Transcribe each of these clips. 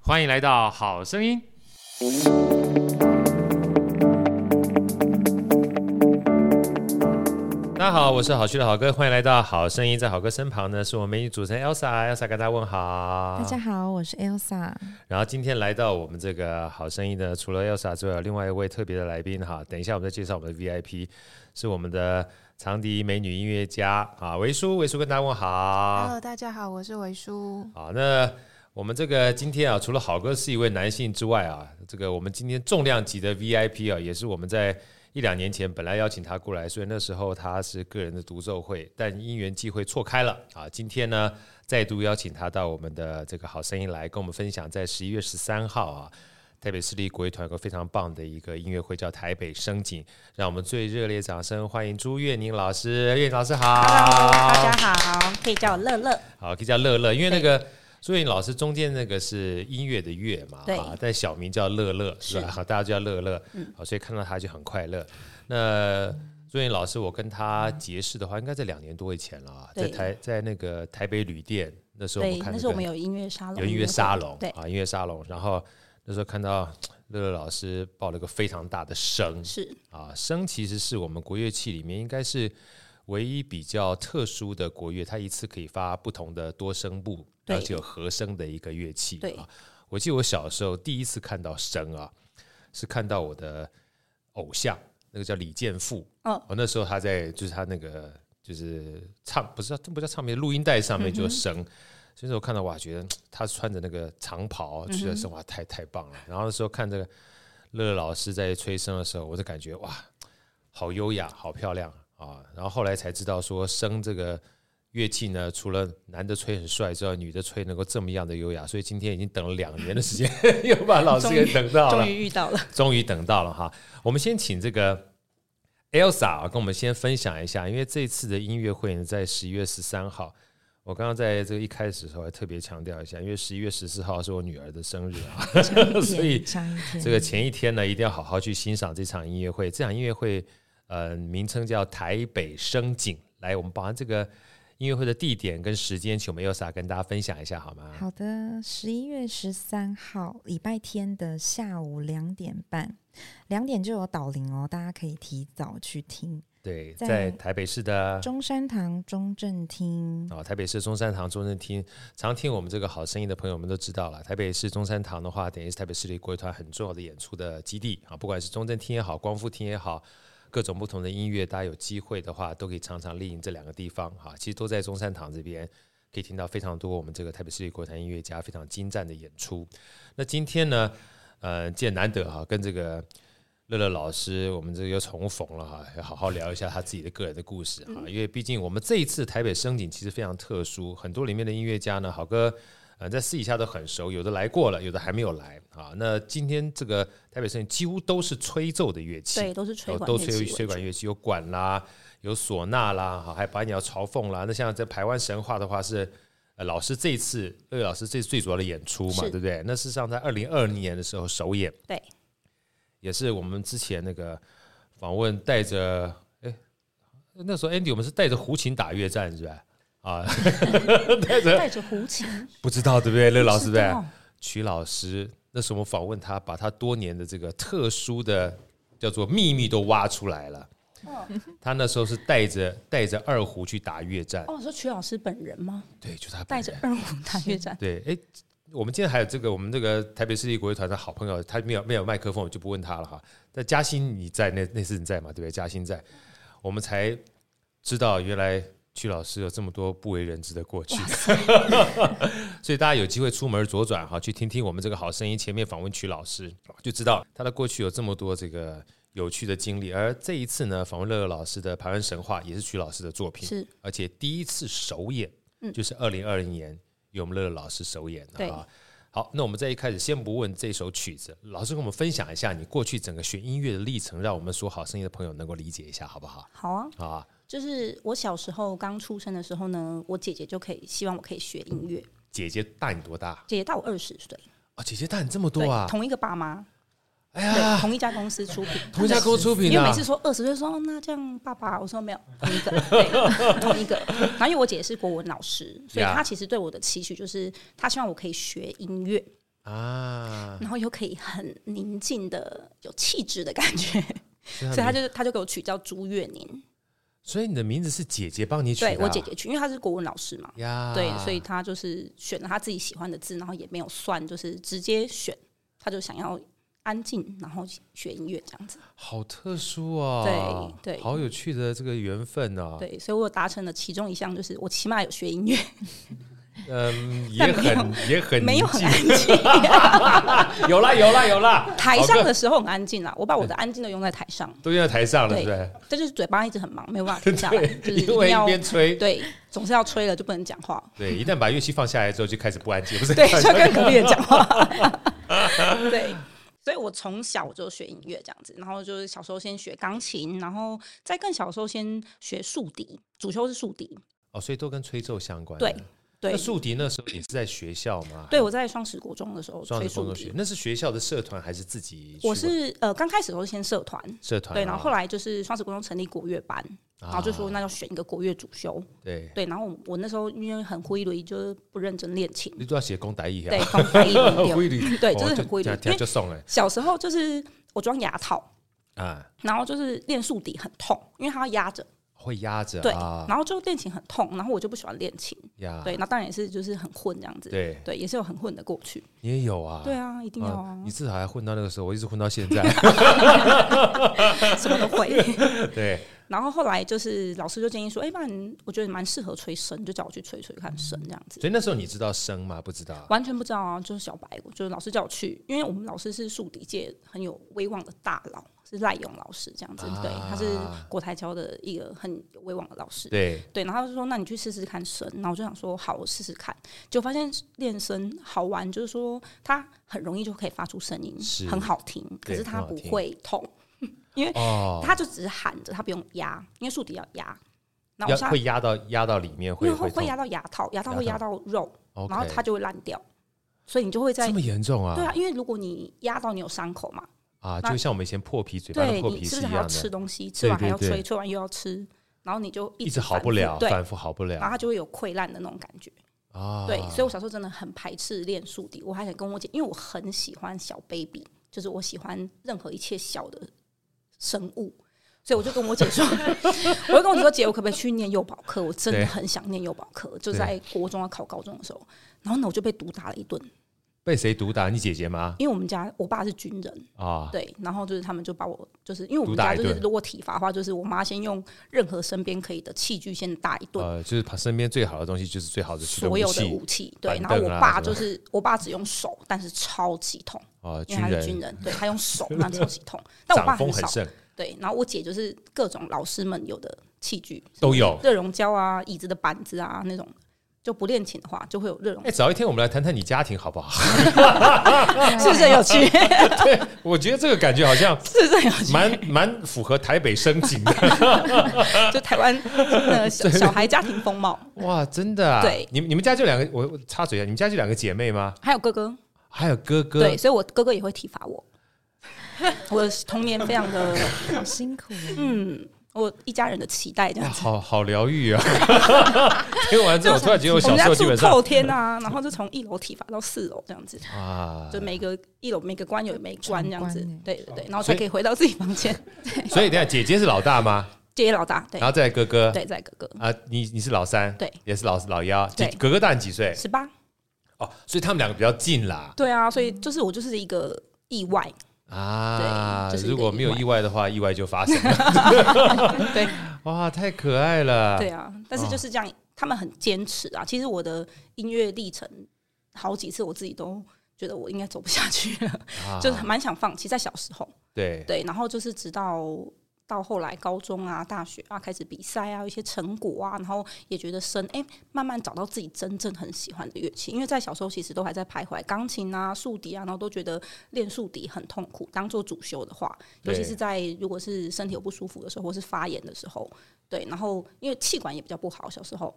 欢迎来到《好声音》。大家好，我是好趣的好哥，欢迎来到《好声音》。在好哥身旁呢，是我们美女主持人 Elsa，Elsa 跟大家问好。大家好，我是 Elsa。然后今天来到我们这个好声音的，除了 Elsa 之外，另外一位特别的来宾哈。等一下我们再介绍我们的 VIP，是我们的长笛美女音乐家啊，维叔，维叔跟大家问好。 Hello，大家好，我是维嗯叔。好，那我们这个今天啊，除了好哥是一位男性之外啊，这个我们今天重量级的 VIP 啊，也是我们在一两年前本来邀请他过来，所以那时候他是个人的独奏会，但因缘际会错开了啊。今天呢，再度邀请他到我们的这个好声音来，跟我们分享在十一月十三号啊。台北市立国乐团有个非常棒的一个音乐会，叫《台北升景》，让我们最热烈掌声欢迎朱月宁老师。月宁老师好 Hello，大家好，可以叫我乐乐。好，可以叫乐乐，因为那个苏颖老师中间那个是音乐的乐嘛，对啊，但小名叫乐乐是吧？是嗯好，大家就叫乐乐，好，所以看到他就很快乐。那朱颖老师，我跟他结识的话，应该在两年多以前了啊，在对台在那个台北旅店，那时候我对们，看那那时候我个们有音乐沙龙，有音乐沙龙，对，啊，音乐沙龙，然后那时候看到乐乐老师报了个非常大的声，是啊，笙其实是我们国乐器里面应该是唯一比较特殊的国乐，它一次可以发不同的多声部，对而且有和声的一个乐器。对啊，我记得我小时候第一次看到笙啊，是看到我的偶像，那个叫李健富。哦那时候他在就是他那个就是唱不是这不叫唱片，录音带上面嗯就有笙。所以那时候看到哇，觉得嗯他穿着那个长袍啊去嗯的生哇，太太棒了。然后那时候看这个乐乐老师在吹笙的时候，我就感觉哇，好优雅，好漂亮啊！然后后来才知道说，笙这个乐器呢，除了男的吹很帅之外，女的吹能够这么样的优雅。所以今天已经等了两年的时间， 又把老师给等到了终，于遇 到了。终于等到了哈。我们先请这个 Elsa 啊跟我们先分享一下，因为这次的音乐会呢，在十一月十三号。我刚刚在这个一开始的时候还特别强调一下，因为十一月十四号是我女儿的生日 啊，所以上一天这个前一天呢，一定要好好去欣赏这场音乐会。这场音乐会，呃，名称叫台北升景。来，我们把这个音乐会的地点跟时间，请我们 Elsa 跟大家分享一下好吗？好的，十一月十三号礼拜天的下午两点半，两点就有导聆哦，大家可以提早去听。对，在在台北市的中山堂中正厅，哦，台北市中山堂中正厅，常听我们这个好声音的朋友们都知道了。台北市中山堂的话，等于是台北市立国乐团很重要的演出的基地啊，不管是中正厅也好，光复厅也好，各种不同的音乐，大家有机会的话都可以常常丽营这两个地方哈、其实都在中山堂这边。可以听到非常多我们这个台北市立国乐团音乐家非常精湛的演出。那今天呢，呃，见难得哈、跟这个乐乐老师，我们这个又重逢了哈，要好好聊一下他自己的个人的故事哈，因为毕竟我们这一次台北升景其实非常特殊，很多里面的音乐家呢，好哥。呃，在私底下都很熟，有的来过了，有的还没有来啊。那今天这个台北升景几乎都是吹奏的乐器，对，都是吹哦管都乐器吹为吹管乐器，有管啦，有唢呐啦，哈，还有百鸟朝凤啦。那像在台湾神话的话是，呃，老师这一次乐老师这次最主要的演出嘛，是对不对？那事实上在二零二零年的时候首演，对，也是我们之前那个访问带着，哎，那时候 Andy 我们是带着胡琴打越战是吧？啊，带着带着胡琴，不知道对不对？乐老师不对啊知不对？道曲老师，那时候我们访问他，把他多年的这个特殊的叫做秘密都挖出来了。嗯他那时候是带着带着二胡去打越战，哦，说曲老师本人吗？对，就他本带人着二胡打乐战，对，哎，我们今天还有这个我们这个台北市立国乐团的好朋友，他没有没有麦克风，我就不问他了哈。但嘉欣你在那那次你在嘛？对不对？嘉欣在，我们才知道原来曲老师有这么多不为人知的过去。 所以大家有机会出门左转哈，去听听我们这个好声音前面访问曲老师，就知道他的过去有这么多这个有趣的经历。而这一次呢，访问乐乐老师的《台湾神话》也是曲老师的作品，是而且第一次首演，嗯就是二零二零年由我们乐乐老师首演的对啊。好，那我们在一开始先不问这首曲子，老师跟我们分享一下你过去整个学音乐的历程，让我们说好声音的朋友能够理解一下，好不好？好啊。好啊，就是我小时候刚出生的时候呢，我姐姐就可以希望我可以学音乐。姐姐大你多大？姐姐大我二十岁，哦，姐姐大你这么对多啊！，同一个爸妈，哎对，呀，同一家公司出品，同一家公司出品因为啊每次！说二十岁，说哦那这样爸爸，我说没有，同一个， 对，同一个。然后因为我姐是国文老师，所以 Yeah 她其实对我的期许就是，她希望我可以学音乐，啊，然后又可以很宁静的有气质的感觉，所所以他就他就给我取叫朱月宁，啊所以你的名字是姐姐帮你取的啊、啊对我姐姐取，因为她是国文老师嘛，呀，对，所以她就是选了她自己喜欢的字，然后也没有算，就是直接选，她就想要安静，然后学音乐这样子，好特殊哦，对对好有趣的这个缘分哦，，对，所以我有达成了其中一项，就是我起码有学音乐，嗯，也 但没有很也很没有宁很静安静， 有啦有啦有啦，台好上个的时候很安静啦，我把我的安静的用在台上，都用在台上了，对是不是？但就是嘴巴一直很忙，没有办法 停下来，就是一因定为一要边吹，对，总是要吹了就不能讲话，对，一旦把乐器放下来之后，就开始不安静，不是？对， 就跟隔壁人讲话。对，所以我从小我就学音乐这样子，然后就是小时候先学钢琴，然后在更小的时候先学竖笛，主修是竖笛。哦，所以都跟吹奏相关。对，嗯对那，竖笛那时候你是在学校吗？对我在双十国中的时候双吹子工竖作学笛，，那是学校的社团还是自己去玩？我是呃刚开始的时候是先社团。社团啊，对，然后后来就是双十国中成立国乐班，然后就说啊那要选一个国乐主修。对，对，然后我那时候因为很灰驴，就是不认真练琴，你都要写公台一啊对，，放飞 一点规律，对，哦就是很灰驴。因听为就送了小时候就是我装牙套，啊，然后就是练竖笛很痛，因为它要压着，会压着对，啊然后就练琴很痛，然后我就不喜欢练琴，呀，对，那当然也是就是很混这样子，对，也是有很混的过去，你也有啊，对啊，一定要啊，你至少还混到那个时候，我一直混到 现在。什么都会。 对，然后后来就是老师就建议说，哎、不然我觉得你蛮适合吹笙，就叫我去吹吹看笙这样子。所以那时候你知道声吗？不知道啊完全不知道啊，就是小白，就是老师叫我去，因为我们老师是竖笛界很有威望的大佬，是赖勇老师这样子，对，他是国台教的一个很有威望的老师，啊对，对，然后他就说：“那你去试试看绳。”然后我就想说：“好，我试试看。”就发现练绳好玩，就是说它很容易就可以发出声音是，很好听，可对是它很好不听会痛，哦，它就只是喊着，它不用压，因为竖笛要压。然后我要下会压到压到里面，因会为会痛会压到牙套，牙套牙会压套到肉， OK 然后它就会烂掉，所以你就会在这么严重啊？对啊，因为如果你压到你有伤口嘛，啊，那就像我们以前破皮嘴巴的对破你皮是是一不是还要样吃的，东西，吃完对还要对吹，吹完又要吃，然后你就一直好反不复了，对，反复好不然后了它就会有溃烂的那种感觉。啊。对，所以我小时候真的很排斥练竖笛。我还想跟我姐，因为我很喜欢小 baby，就是我喜欢任何一切小的生物，所以我就跟我姐 说，我就跟我姐说，姐，我可不可以去念幼保课？我真的对很想念幼保课，就对在国中要考高中的时候。然后呢，我就被毒打了一顿，被谁毒打？你姐姐吗？因为我们家我爸是军人，啊，对，然后就是他们就把我，就是因为我毒们打家一就是顿如果体罚的话，就是我妈先用任何身边可以的器具先打一顿，呃，就是把身边最好的东西，就是最好的驱动所有的器武器，板对。然后我凳啊爸什么就是我爸只用手，但是超级痛，啊，军因为他是人军人，对他用手，那超级 痛。但我爸掌很风少很，盛，对。然后我姐就是各种老师们有的器具，都有。热熔胶啊、椅子的板子啊那种，就不练琴的话就会有热熔哎，，早一天我们来谈谈你家庭好不好？ 啊是不是很有趣？我觉得这个感觉好像是不是很有趣？ 蛮蛮符合台北生景的。就台湾 的小小孩家庭风貌，哇，真的啊！对你们你们家就两个，我我插嘴啊，你们家就两个姐妹吗？还有哥哥，还有哥哥？对，所以我哥哥也会体罚我。 我的童年非常的，好辛苦、哦。嗯，我一家人的期待这哇，样子。哎好好疗愈啊！ 听完之后，我突然觉得我我小时们家候基住本上透天啊，然后就从一楼体罚到四楼这样子，啊，就每个一楼每个关有每个关这样子闯关欸，对对对，然后哦所才以可以回到自己房间。 所以等一下姐姐是老大吗？姐姐老大，对然后再来哥哥，对，在哥哥啊，你你是老三，对，也是老老幺，姐对哥哥大你几岁？十八，哦，所以他们两个比较近啦对啊，所以就是我就是一个意外，啊对这是一个如果没有意外的话，意外就发生了。 对哇，太可爱了。对啊，但是就是这样，他们很坚持啊。其实我的音乐历程好几次我自己都觉得我应该走不下去了，啊，就是蛮想放弃，在小时候。对对，然后就是直到到后来高中啊、大学啊开始比赛啊，有一些成果啊，然后也觉得生哎、慢慢找到自己真正很喜欢的乐器，因为在小时候其实都还在徘徊钢琴啊、竖笛啊，然后都觉得练竖笛很痛苦，当做主修的话，尤其对是在如果是身体有不舒服的时候，或是发炎的时候。对，然后因为气管也比较不好，小时候，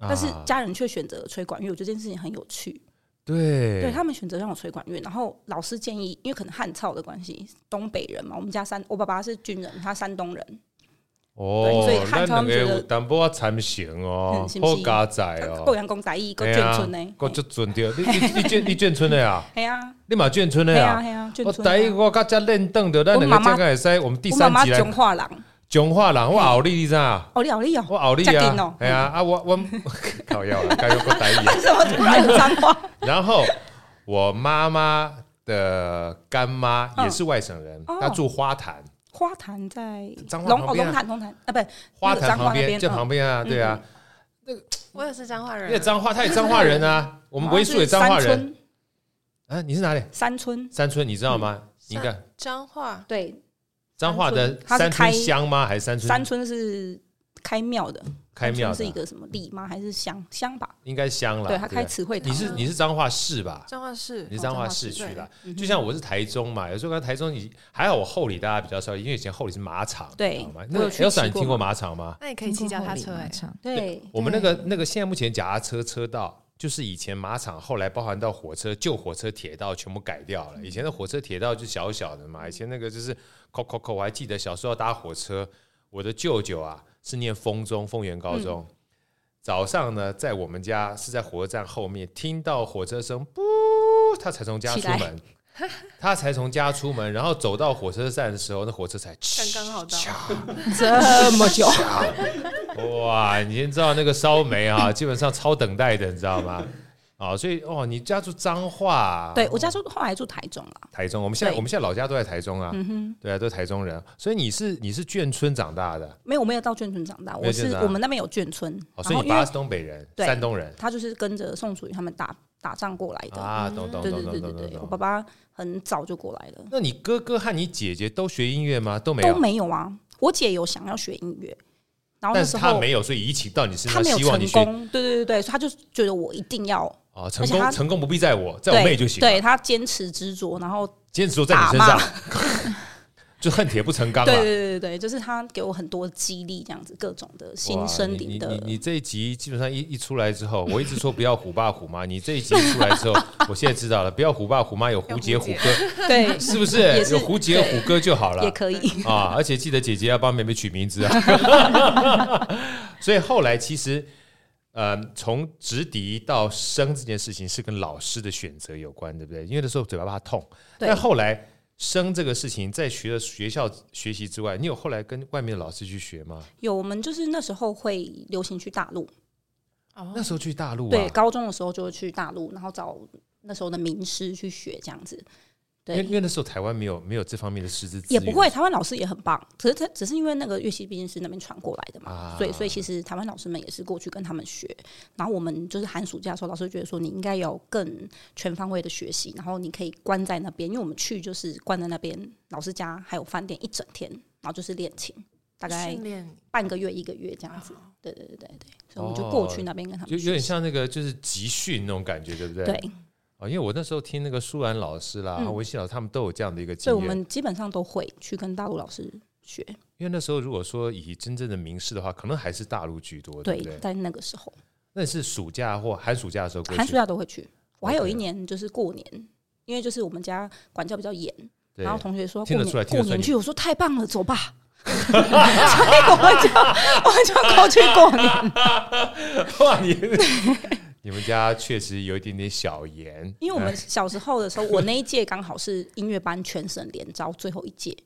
但是啊家人却选择吹管乐，我觉得这件事情很有趣。对对他们选择让我吹管乐，然后老师建议，因为可能汉操的关系，东北人嘛，我们家山，我爸爸是军人，他山东人，哦，所以汉咱两川觉个得有淡薄仔参详哦嗯，是不好是加载哦够，阳讲台语，够眷村呢，够足准对，你你你眷你眷村的啊，嘿啊，你嘛眷村嘿的啊，啊，嘿啊，眷我村台语啊。我甲遮练凳的，咱两我妈个妈这个会使，我们第我妈三妈集来中化人，中华人，我后力你知啊，哦，你好厉害我哦，后力这么近啊哦，哎呀啊我 我靠腰啊了，该用个台 语。为什么突然有脏话？然后我妈妈的干妈也是外省人，嗯哦她住花坛，花坛在彰化龙旁哦边啊龙潭龙潭啊，不是花坛那个彰化旁边那边这嗯旁边啊，对啊，我也是彰化因人为啊，彰化，她也彰化人啊，我们好像为数也哦是彰化山人村，啊。你是哪里？山村山村，你知道嗯吗？你看彰化对，彰化的山村它山是开村乡吗？还是山村山村是开庙的，开庙山村是一的？个什么里吗？还是乡乡吧？应该乡啦。啊对，他开不词汇堂你。是你是彰化市吧？彰化市你是哦彰化彰化市市区对啦。嗯哼就像我是台中嘛，有时候看台中以还好我后里大家比较熟悉，因为以前后里是马场，对你知道吗我那有去 Elsa 骑你过听过马马场吗？那你可以骑脚踏啊车哎，对，我们那个那个现在目前脚踏车车道，就是以前马场，后来包含到火车旧火车铁道全部改掉了。以前的火车铁道就小小的嘛，以前那个就是扣扣扣，我还记得小时候搭火车，我的舅舅啊是念丰中丰原高中。早上呢，在我们家是在火车站后面，听到火车声，不，他才从家起出来门，他才从家出门，然后走到火车站的时候，那火车才刚刚好到。这么 久，哇，你先知道那个烧煤啊， 基本上超等待的，你知道吗？啊，所以哦，你家住彰化、啊，对我家住后来住台中了，台中，我们现在对嗯我们现在老家都在台中啊，对啊，都是台中人，所以你是你是眷村长大的，没有我没有到眷村长大，没有眷我是村啊我们那边有眷村，哦，然所以后你因爸为是东北人，对山东人他就是跟着宋楚瑜他们打打仗过来的，啊，懂懂对懂对对懂对懂懂对，我懂。爸爸很早就过来了，那你哥哥和你姐姐都学音乐吗？都没都有，没有啊，我姐有想要学音乐，然后那但是时他候没有，所以移情到你身他上，没有希望你成学功，对对对对，所以他就觉得我一定要哦，成而且功他成功不必在我，在对我妹就行了，对他坚持执着，然后坚持都在你身上， 就恨铁不成钢啊对了对。对对对，就是他给我很多激励，这样子各种的新生你灵你的你。你这一集基本上一一出来之后，我一直说不要虎爸虎妈，你这一集出来之后，我现在知道了，不要虎爸虎妈，有胡啊杰有虎胡杰哥，对，是不也是？是有胡杰虎哥就好也了可以。啊！而且记得姐姐要帮妹妹取名字啊。 所以后来其实，呃，从直笛到声这件事情是跟老师的选择有关，对不对？因为那时候嘴巴怕痛，对但后来。声这个事情，在学了学校学习之外，你有后来跟外面的老师去学吗？有，我们就是那时候会流行去大陆，那哦，时候去大陆啊，对，高中的时候就会去大陆，然后找那时候的名师去学这样子。因为因对，为那时候台湾没有没有这方面的师资资也源，不会，台湾老师也很棒，只是他只是因为那个乐器毕竟是那边传过来的嘛，啊所以所以其实台湾老师们也是过去跟他们学，然后我们就是寒暑假的时候，老师觉得说你应该有更全方位的学习，然后你可以关在那边，因为我们去就是关在那边老师家还有饭店一整天，然后就是练琴，大概训练啊半个月一个月这样子，对对对对对，所以我们就过去那边跟他就们有学点习，像那个就是集训那种感觉，对不对？对，哦，因为我那时候听那个舒兰老师啦、嗯文熙老师他们都有这样的一个所经以我验。们基本上都会去跟大陆老师学，因为那时候如果说以真正的名师的话，可能还是大陆居多，哦对对不对，？在那个时候那是暑假或寒暑假的时候过去，寒暑假都会去，我还有 OK 一年就是过年。因为就是我们家管教比较严，对然后同学说听过得出来年听得过出来年你去，我说太棒了，走吧，所以我们就我们就过去过 啊年，哇，你你们家确实有一点点小严，哎因为我们小时候的时候，我那一届刚好是音乐班全省联招最后一届，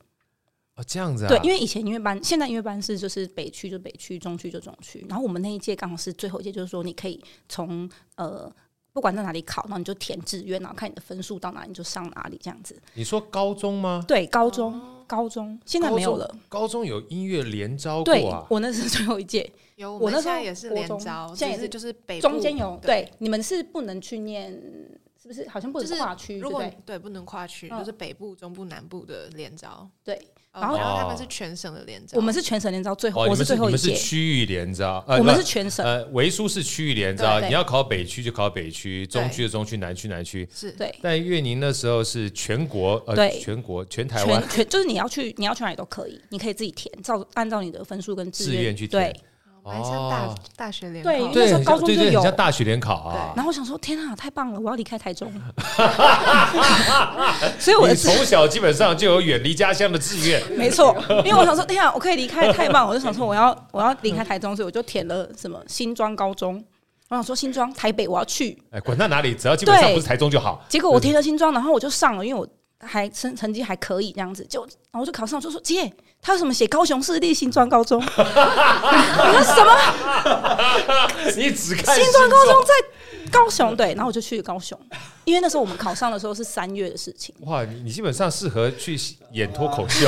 哦这样子啊，对，因为以前音乐班，现在音乐班是就是北区就北区，中区就中区。然后我们那一届刚好是最后一届，就是说你可以从呃不管在哪里考，然后你就填志愿，然后看你的分数到哪里你就上哪里这样子。你说高中吗？对，高中、哦高中现在没有了。高中有音乐联招对过啊，我那是最后一届，有我我那时们现候在也是国连中招，现在只也是是就是北部中间有对你们是不能去念，是不是？好像不就能是跨区，对如果不对？对不能跨区，嗯就是北部、中部、南部的连招，对哦然后然后他们是哦全省的连招，我们是全省联招最后，哦，我你们最你后一们是届，区域联招，呃我们不是全省，呃，维苏是区域联招，对你要考北区就考北区，中区的中区，南区南区。是对。但岳宁那时候是全国，呃，对全国全台湾全全就是你要去你要去哪里都可以，你可以自己填，照按照你的分数跟志愿去对填。蛮像大哦大学联对考那对，时候很高像中对就对，很有像大学联考啊。然后我想说，天啊，太棒了！我要离开 台中，所以我你的志从小基本上就有远离家乡的志愿， 没错，因为我想说，天啊，我可以离开，太棒！我就想说，我要我要离开台中，所以我就填了什么新庄高中。我想说新庄台北我要去，哎，管到哪里，只要基本上对不是台中就 好。结果我填了新庄，然后我就上了，因为我还成成绩还可以这样子，就然后我就考上，我就说姐，他为什么写高雄市立新庄 高中？我说什么你只看新庄高中在高雄？对，然后我就去高雄，因为那时候我们考上的时候是三月的事情。哇，你你基本上适合去演脱口 秀。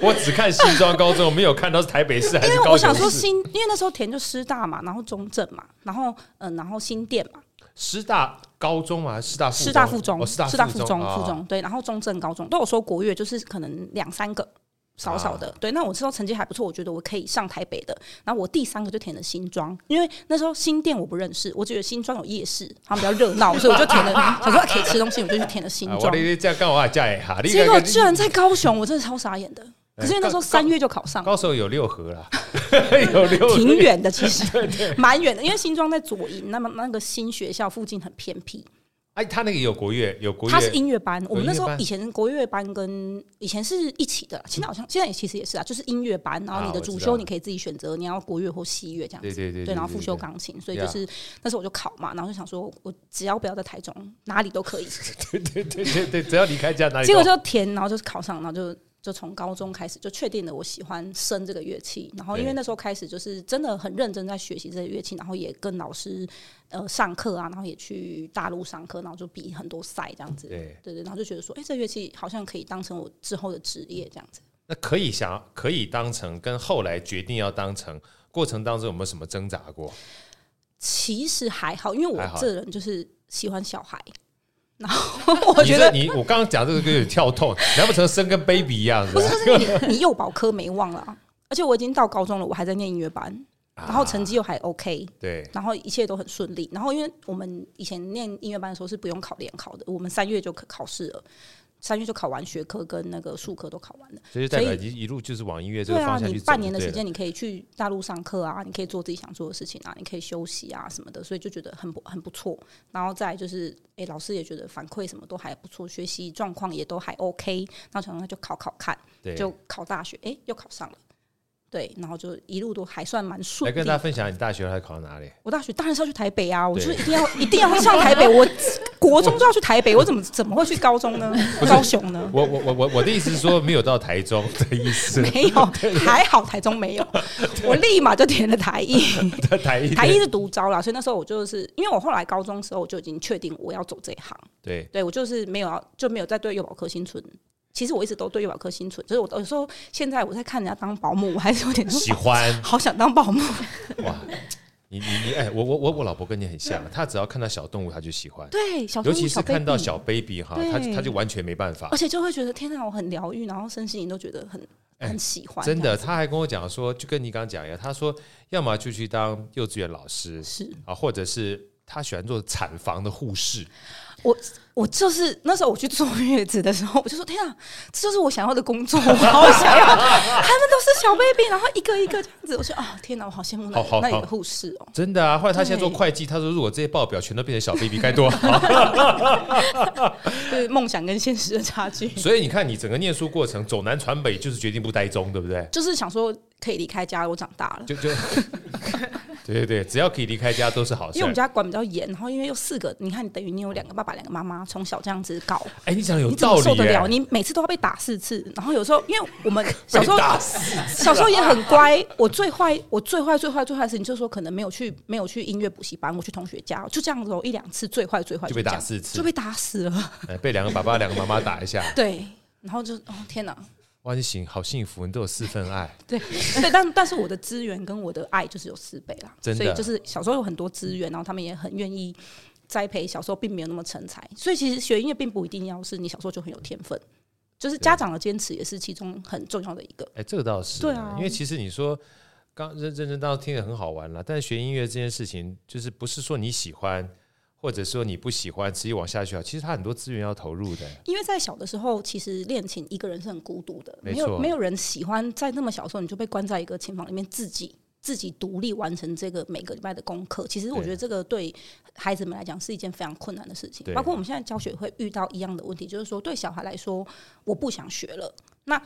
我只看新庄高中，我没有看到是台北市还因是为高我想雄说市。新，因为那时候填就师大嘛，然后中正嘛，然后嗯、然后新店嘛，师大高中吗？还是师大师大附中，哦师大师大附附中，啊附中对，然后中正高中都有说国乐，就是可能两三个少少啊的。对，那我知道成绩还不错，我觉得我可以上台北的。然后我第三个就填了新庄，因为那时候新店我不认识，我只觉得新庄有夜市，他们比较热 闹，所以我就填了，想说可以吃东西，我就去填了新啊我庄。你这样干我嫁也哈，你结果看居然在高雄，我真的超傻眼的。哎可是因为那时候三月就考上，高手有六合啦， 有六合挺远的，其实蛮远的，因为新庄在左营，那么那个新学校附近很偏僻。哎，他那个有国乐，有国乐，它是音乐班，我们那时音乐候班以前国乐班跟以前是一起的，现在好像现在也其实也是啊，就是音乐班，然后你啊我的知道主修你可以自己选择你要国乐或西乐这样对子。对对对，然后复修钢琴，所以就是那时候我就考嘛，然后就想说，我只要不要在台中，哪里都可以。对对对对对，只要离开家哪里结都果好，就填，然后就是考上，然后就就从高中开始就确定了我喜欢笙这个乐器。然后因为对那时候开始就是真的很认真在学习这个乐器，然后也跟老师呃上课啊，然后也去大陆上课，然后就比很多赛这样子。对，对对，然后就觉得说，哎、这乐器好像可以当成我之后的职业这样子。那可以想可以当成跟后来决定要当成过程当中有没有什么挣扎过？其实还好，因为我还好这人就是喜欢小孩，然后我觉得你这你我刚刚讲这个歌有点跳痛， 难不成生跟 baby 一样？啊不吧是，不是你你幼保科没忘了啊、而且我已经到高中了，我还在念音乐班，然后成绩又还 OK，、对然后一切都很顺利。然后因为我们以前念音乐班的时候是不用考联考的，我们三月就可考试了。三月就考完学科跟那个术科都考完了，所以代表所以一一路就是往音乐这对个啊，方向去走你就对了。半年的时间你可以去大陆上课啊，你可以做自己想做的事情啊，你可以休息啊什么的，所以就觉得很不很不错。然后再来就是，诶，老师也觉得反馈什么都还不错，学习状况也都还 OK，然后想说那就考考看，对，就考大学，诶，又考上了，对，然后就一路都还算蛮顺来利跟大家分享你大学还考到哪里？我大学当然是要去台北啊，我对就是一定要一定要上台北，我国中就要去台北，我怎么怎么会去高中呢？高雄呢？我我我我我的意思是说没有到台中的意思，没有，还好台中没有，我立马就填了台艺，台一台艺是独招啦，所以那时候我就是因为我后来高中时候我就已经确定我要走这一行，对对我就是没有要就没有再对幼保科心存。其实我一直都对幼保科心存，就是我有时候现在我在看人家当保姆，我还是有点说喜欢好想当保姆。哇！你你你哎，我我我我老婆跟你很像，啊她只要看到小动物她就喜欢，对，小尤动物其是看到 baby 小 baby 哈，对她她就完全没办法而。且就会觉得天哪，我很疗愈，然后身心灵都觉得很哎很喜欢，真这的，样子她还跟我讲说，就跟你刚刚讲一样，她说要么就去当幼稚园老师是啊，或者是她喜欢做产房的护士。我就是那时候我去坐月子的时候，我就说天啊，这就是我想要的工作，我好想要， 他们都是小 baby，然后一个一个这样子，我说啊天哪，我好羡慕那好好那里好的护士哦。真的啊，后来她现在做对会计，她说如果这些报表全都变成小 baby 该多好。 就是梦想跟现实的差距。所以你看，你整个念书过程走南传北，就是决定不待中，对不对？就是想说可以离开家，我长大了。就 就，对对对，只要可以离开家都是好因事为我儿们。家管比较严，然后因为有四个，你看，等于你有两个爸爸，两个妈妈，从小这样子搞，哎，你讲得有你怎道么受理得了？耶，你每次都要被打四次，然后有时候因为我们 小被时候打死小时候也很乖，我最坏，我最坏、最坏、最坏的事情就是说，可能没有去没有去音乐补习班，我去同学家，就这样子哦，一两次，最坏最坏就被这打样四次就，被打死 了。哎被两个爸爸、两个妈妈打一下，对，然后就哦天哪，哇，你行，好幸福，你都有四份爱，对对，但但是我的资源跟我的爱就是有四倍啦，真的所以就是小时候有很多资源，然后他们也很愿意。栽培小时候并没有那么成才，所以其实学音乐并不一定要是你小时候就很有天分，就是家长的坚持也是其中很重要的一个。哎，这个倒是，对啊因为其实你说。刚认认真当然听得很好玩了，但是学音乐这件事情，就是不是说你喜欢，或者说你不喜欢，持续往下去啊，其实它很多资源要投入的。因为在小的时候，其实练琴一个人是很孤独的，没没有错没有人喜欢在那么小的时候你就被关在一个琴房里面自己。自己独立完成这个每个礼拜的功课，其实我对觉得这个对孩子们来讲是一件非常困难的事情对。包括我们现在教学会遇到一样的问题，就是说对小孩来说，我不想学了。那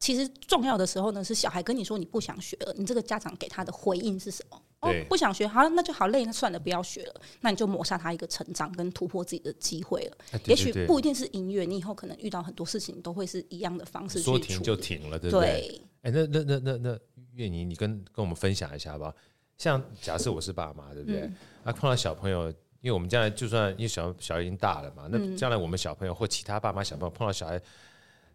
其实重要的时候呢，是小孩跟你说你不想学了，你这个家长给他的回应是什么？哦对，不想学，好，那就好累，那算了，不要学了。那你就抹杀他一个成长跟突破自己的机会了。哎对对也许对不一定是音乐，你以后可能遇到很多事情，你都会是一样的方式去说停处就理。停了，对不对？对，哎，那那那那那月宁，你跟跟我们分享一下吧。像假设我是爸妈，对不对？嗯啊，碰到小朋友，因为我们将来就算因为小小孩已经大了嘛，嗯那将来我们小朋友或其他爸妈小朋友碰到小孩，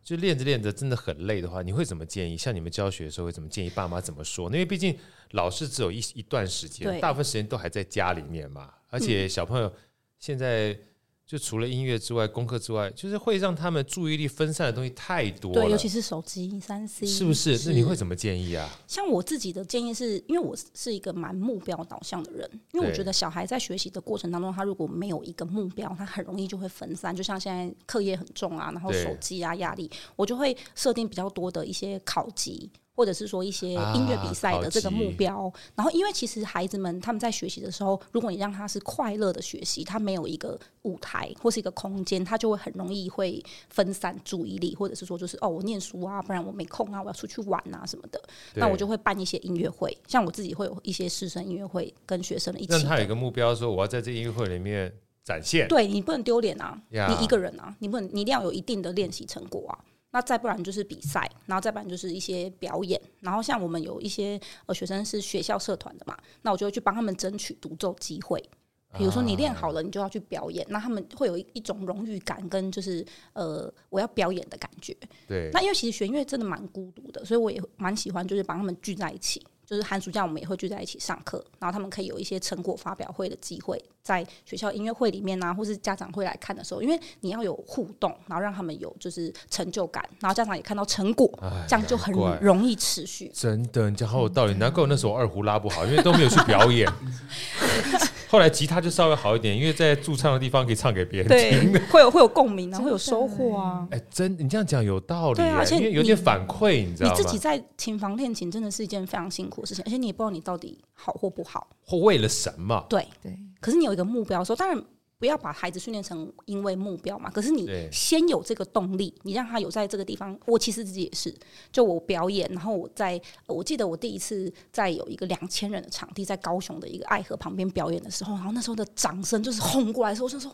就练着练着真的很累的话，你会怎么建议？像你们教学的时候会怎么建议爸妈怎么说呢？因为毕竟老师只有一一段时间，对嗯大部分时间都还在家里面嘛，而且小朋友现在。就除了音乐之外，功课之外，就是会让他们注意力分散的东西太多了，对，尤其是手机三 C，是不是？那你会怎么建议啊？像我自己的建议是，因为我是一个蛮目标导向的人，因为我对觉得小孩在学习的过程当中，他如果没有一个目标，他很容易就会分散。就像现在课业很重啊，然后对手机啊压力，我就会设定比较多的一些考级。或者是说一些音乐比赛啊考的这个目级标，然后因为其实孩子们他们在学习的时候，如果你让他是快乐的学习，他没有一个舞台或是一个空间，他就会很容易会分散注意力，或者是说就是哦，我念书啊，不然我没空啊，我要出去玩啊什么的。那对我就会办一些音乐会，像我自己会有一些师生音乐会跟学生一让起他有一的。个目标，说我要在这音乐会里面展现。对你不能丢脸啊呀你一个人啊，你不能，你一定要有一定的练习成果啊。那再不然就是比赛，然后再不然就是一些表演。然后像我们有一些呃学生是学校社团的嘛，那我就会去帮他们争取独奏机会。啊比如说你练好了，你就要去表演，那他们会有一一种荣誉感跟就是呃我要表演的感觉。对，那因为其实学音乐真的蛮孤独的，所以我也蛮喜欢，就是把他们聚在一起。就是寒暑假我们也会聚在一起上课，然后他们可以有一些成果发表会的机会，在学校音乐会里面啊，或是家长会来看的时候，因为你要有互动，然后让他们有就是成就感，然后家长也看到成果，哎这样就很难怪容易持 续。真的，你讲好有嗯道理，难怪我那时候二胡拉不好，因为都没有去表 演。后来吉他就稍微好一点，因为在驻唱的地方可以唱给别人听。对， 会有会有共鸣啊，真的会有收获啊。哎，真你这样讲有道理对耶，啊而且因为有你点反馈，你知你道自己吗？在琴房练琴真的是一件非常辛苦的事情，而且你也不知道你到底好或不好。或为了什么？对，对，可是你有一个目标的时候，当然不要把孩子训练成因为目标嘛。可是你对先有这个动力，你让他有在这个地方。我其实自己也是，就我表演，然后我在呃我记得我第一次在有一个两千人的场地，在高雄的一个爱河旁边表演的时候，然后那时候的掌声就是轰过来的时候，我就说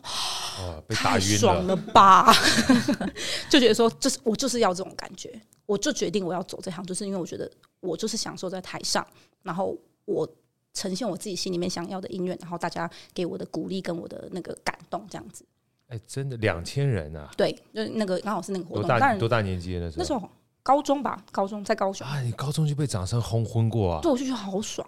哦，被打太晕爽了。了吧， 就觉得说就是我就是要这种感觉，我就决定我要走这行，就是因为我觉得我就是享受在台上，然后我呈现我自己心里面想要的音乐，然后大家给我的鼓励跟我的那个感动，这样子。哎，真的两千人啊，对，就是那个刚好是那个活多动，当大然多大年纪了那那时时候？候高中吧，高中在高雄，啊，你高中就被掌声轰昏过啊对，！我就觉得好爽，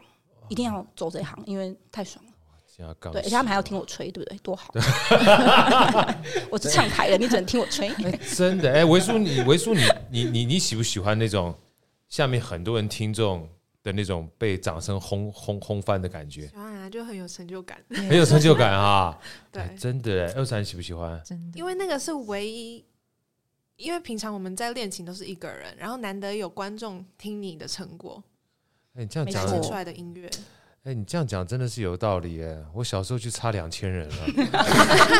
一定要走这行，因为太爽了。这样杠对，而且死他们还要听我吹，对不对？多好！ 我是唱台的，你只能听我 吹。 哎，真的哎，维叔你 维叔你你你你喜不喜欢那种下面很多人听众的那种被掌声轰轰轰翻的感觉，喜欢啊，就很有成就感。很有成就感啊！ 对，哎真的哎，二三喜不喜欢？真的，因为那个是唯一，因为平常我们在练琴都是一个人，然后难得有观众听你的成果，哎，你这样没展错现讲，出来的音乐，哎，你这样讲真的是有道理哎。我小时候就差两千人了，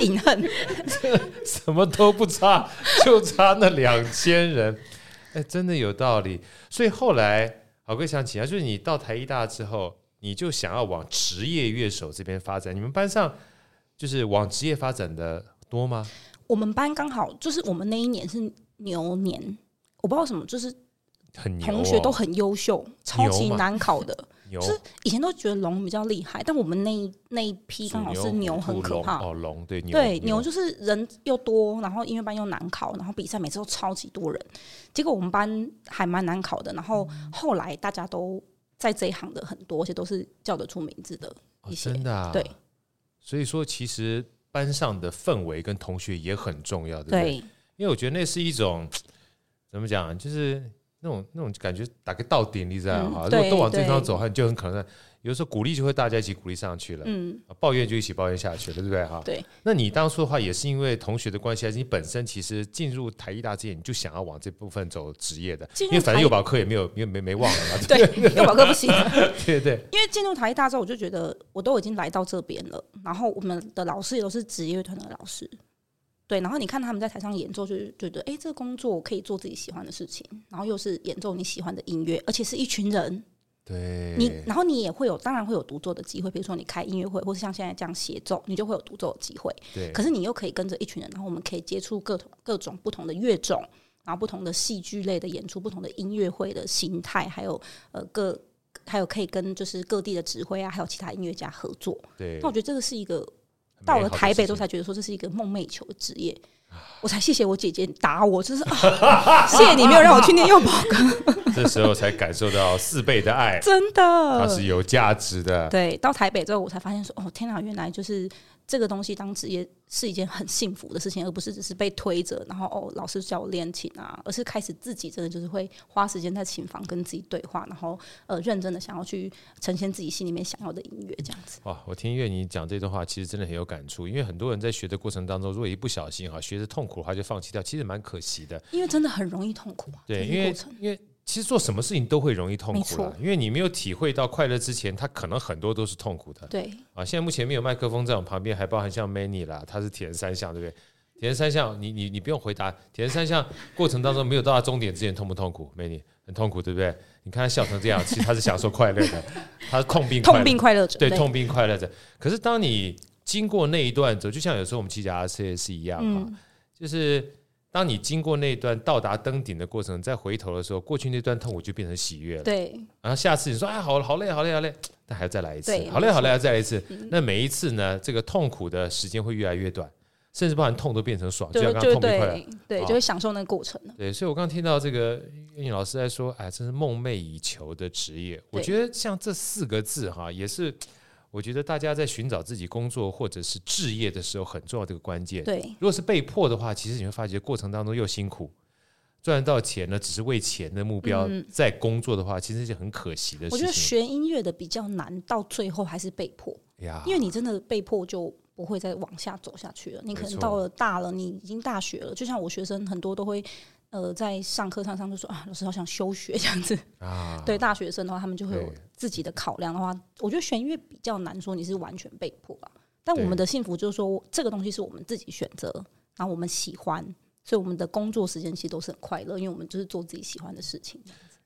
隐恨，什么都不差，就差那两千人。 哎，真的有道理。所以后来好哥想起啊，就是你到台艺大之后，你就想要往职业乐手这边发展。你们班上就是往职业发展的多吗？我们班刚好就是我们那一年是牛年，我不知道什么，就是很牛、哦，同学都很优秀，超级牛嘛难考的。牛，是以前都觉得龙比较厉害，但我们那一那一批刚好属是牛，很虎可龙怕。哦，龙对牛，对，牛就是人又多，然后音乐班又难考，然后比赛每次都超级多人。结果我们班还蛮难考的，然后后来大家都在这一行的很多，而且都是叫得出名字的。哦一些真的、啊、对。所以说，其实班上的氛围跟同学也很重要，对不对？对，因为我觉得那是一种怎么讲，就是那种那种感觉打个到顶，你知道吗？嗯如果对都往这地方对走，哈，你就很可能有时候鼓励就会大家一起鼓励上去了，嗯，啊抱怨就一起抱怨下去了，对不对哈？对。那你当初的话，也是因为同学的关系，还是你本身其实进入台艺大之前，你就想要往这部分走职业的？进因入为反正台艺幼保课也没有，没有没没 忘了嘛，对，幼保科不行，对对对，因为进入台艺大之后，我就觉得我都已经来到这边了，然后我们的老师也都是职业乐团的老师，对，然后你看他们在台上演奏，就是觉得哎、诶这个工作我可以做自己喜欢的事情，然后又是演奏你喜欢的音乐，而且是一群人，对你然后你也会有，当然会有独奏的机会，比如说你开音乐会，或是像现在这样协奏，你就会有独奏的机会。对可是你又可以跟着一群人，然后我们可以接触各种各种不同的乐种，然后不同的戏剧类的演出，不同的音乐会的形态，还有呃各还有可以跟就是各地的指挥啊，还有其他音乐家合作。对那我。觉得这个是一个很到美了好的台北事都情才觉得说这是一个梦寐以求的职业。我才谢谢我姐姐打我，就是、啊谢谢你没有让我去念幼保 科，，这时候才感受到四倍的爱 真它的。是有价值的。对，到台北之后，我才发现说，哦，天哪，原来就是这个东西当职业是一件很幸福的事情，而不是只是被推着，然后哦，老师叫我练琴啊，而是开始自己真的就是会花时间在琴房跟自己对话，然后呃，认真的想要去呈现自己心里面想要的音乐，这样子。哇，我听月你讲这段话，其实真的很有感触，因为很多人在学的过程当中，如果一不小心哈，学的痛苦的话就放弃掉，其实蛮可惜的。因为真的很容易痛苦啊，对，这因为个过程因为其实做什么事情都会容易痛没苦了错，因为你没有体会到快乐之前，它可能很多都是痛苦的对啊。现在目前没有麦克风在我旁边，还包含像 Many 啦，他是铁人三项，对不对？铁人三项，你你你不用回答，铁人三项过程当中没有到达终点之前痛不痛苦？Many 很痛苦，对不对？你看他笑成这样，其实他是享受快乐的，他是痛并快痛乐并快乐着，对，痛并快乐着。可是当你经过那一段走，就像有时候我们骑脚踏车也是一样啊，嗯就是当你经过那一段到达登顶的过程，再回头的时候，过去那段痛苦就变成喜悦了。对然后下次你说哎，好好累，好累，好累，但还要再来一次对，嗯好累，没错好累，还要再来一次。那每一次呢，这个痛苦的时间会越来越短，甚至包含痛都变成爽，就像就刚刚就痛并快乐。啊对对，就会享受那个过程了。对，所以我刚刚听到这个英语老师在说，哎，真是梦寐以求的职业。我对觉得像这四个字哈，也是我觉得大家在寻找自己工作或者是置业的时候很重要的一个关键。对如果是被迫的话，其实你会发觉过程当中又辛苦，赚到钱呢，只是为钱的目标嗯在工作的话，其实是一件很可惜的我觉得事情。学音乐的比较难，到最后还是被迫。哎呀，因为你真的被迫就不会再往下走下去了。你可没错能到了大了，你已经大学了，就像我学生很多都会。呃，在上课上上就说啊，老师好想休学这样子。啊， 对大学生的话，他们就会有对自己的考量的话，我觉得选音乐比较难说你是完全被迫吧。但对我们的幸福就是说，这个东西是我们自己选择，然后我们喜欢，所以我们的工作时间其实都是很快乐，因为我们就是做自己喜欢的事情。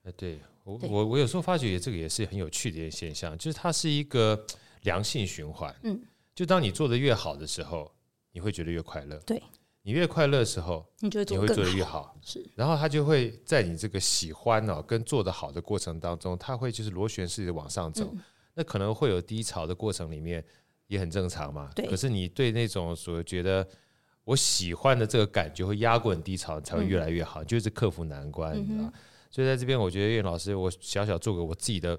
呃，对我对我我有时候发觉也这个也是很有趣的一个现象，就是它是一个良性循环。嗯，就当你做的越好的时候，你会觉得越快乐。对，你越快乐的时候，你就会你做会得做更得越好。好。是，然后它就会在你这个喜欢哦跟做得好的过程当中，它会就是螺旋式的往上走。嗯那可能会有低潮的过程里面，也很正常嘛。对可是你对那种所觉得我喜欢的这个感觉会压过你低潮，才会越来越好，就是克服难关，你知道嗯吗。所以在这边，我觉得岳老师，我小小做个我自己的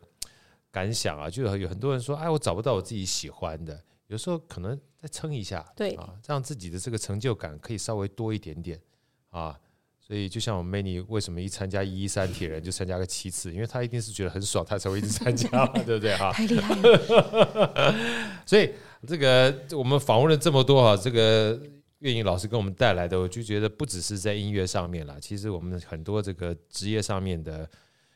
感想啊，就有有很多人说，哎，我找不到我自己喜欢的，有时候可能再撑一下，对啊，让自己的这个成就感可以稍微多一点点啊。所以就像我们 Many 为什么一参加一一三铁人就参加个七次，因为他一定是觉得很爽，他才会一直参加嘛， 对啊 不对哈？太厉害了。所以这个我们访问了这么多啊，这个岳颖老师给我们带来的，我就觉得不只是在音乐上面啦，其实我们很多这个职业上面的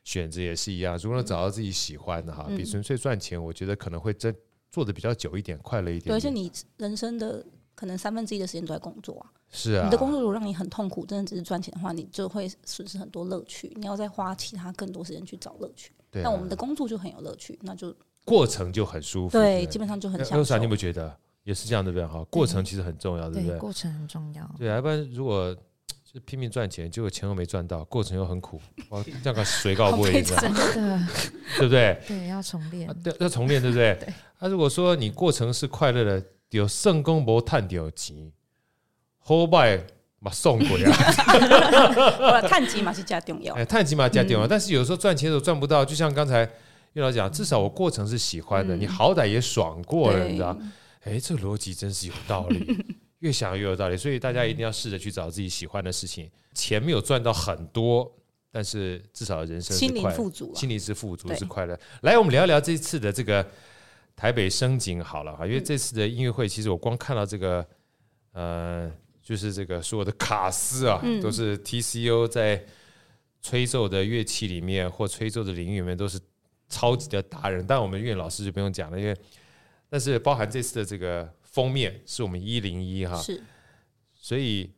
选择也是一样。如果能找到自己喜欢的哈，嗯比纯粹赚钱，我觉得可能会真做的比较久一点，快乐一点对，点。而且你人生的可能三分之一的时间都在工作啊。是啊，你的工作如果让你很痛苦，真的只是赚钱的话，你就会损失很多乐趣。你要再花其他更多时间去找乐趣。对啊、但我们的工作就很有乐趣，那就过程就很舒服。对，不基本上就很那享那受你有。没有觉得也是这样对不对？哈，过程其实很重要，对不对，对？过程很重要。对啊，要不然如果就拼命赚钱，结果钱又没赚到，过程又很苦，哇，这个 水搞不好会，悲你知道吗真的，对不 对？对，要重练啊，，对，要重练，对不对？对啊，如果说你过程是快乐的，有圣公伯探有钱，后拜嘛送鬼啊，不，碳基嘛是加重要。嗯哎，探起嘛加点啊。但是有时候赚钱的时候赚不到，就像刚才岳老师讲，至少我过程是喜欢的，嗯你好歹也爽过了，对你知道？哎，这个逻辑真是有道 理，越想越有道理。所以大家一定要试着去找自己喜欢的事情，钱没有赚到很多。但是至少人生是心灵快乐富足啊心。里是富足，对是快乐。来，我们聊一聊这次的这个台北升景好了哈，嗯因为这次的音乐会，其实我光看到这个，呃，就是这个所有的卡司啊，嗯都是 TCO 在吹奏的乐器里面或吹奏的领域里面都是超级的达人。但我们乐老师就不用讲了，因为但是包含这次的这个封面是我们一零一哈，是所以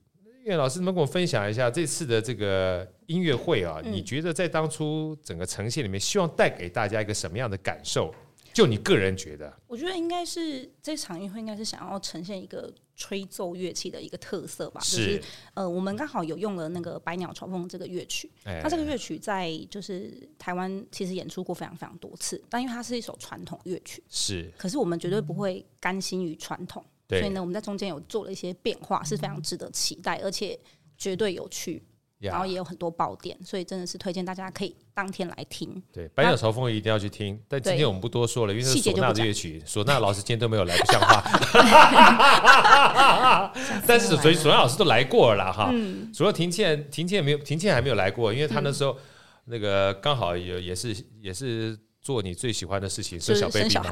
岳老师能不能跟我分享一下这次的这个音乐会啊？嗯你觉得在当初整个呈现里面，希望带给大家一个什么样的感受？就你个人觉得，我觉得应该是这场音乐会应该是想要呈现一个吹奏乐器的一个特色吧，就是呃，我们刚好有用了那个《百鸟朝凤》这个乐曲，哎那这个乐曲在就是台湾其实演出过非常非常多次，但因为它是一首传统乐曲，是可是我们绝对不会甘心于传统，所以对呢，我们在中间有做了一些变化，是非常值得期待，而且绝对有趣，然呀后，也有很多爆点，所以真的是推荐大家可以当天来听。对《百鸟朝凤》一定要去听。但今天我们不多说了，因为这是细节唢就呐不讲的乐曲，唢呐老师今天都没有来，不像 话。 但是所以唢呐老师都来过了啦哈。嗯，除了庭倩，庭倩没有，庭倩还没有来过，因为她那时候、那个刚好也也是也是做你最喜欢的事情，生就是小 baby 生小嘛。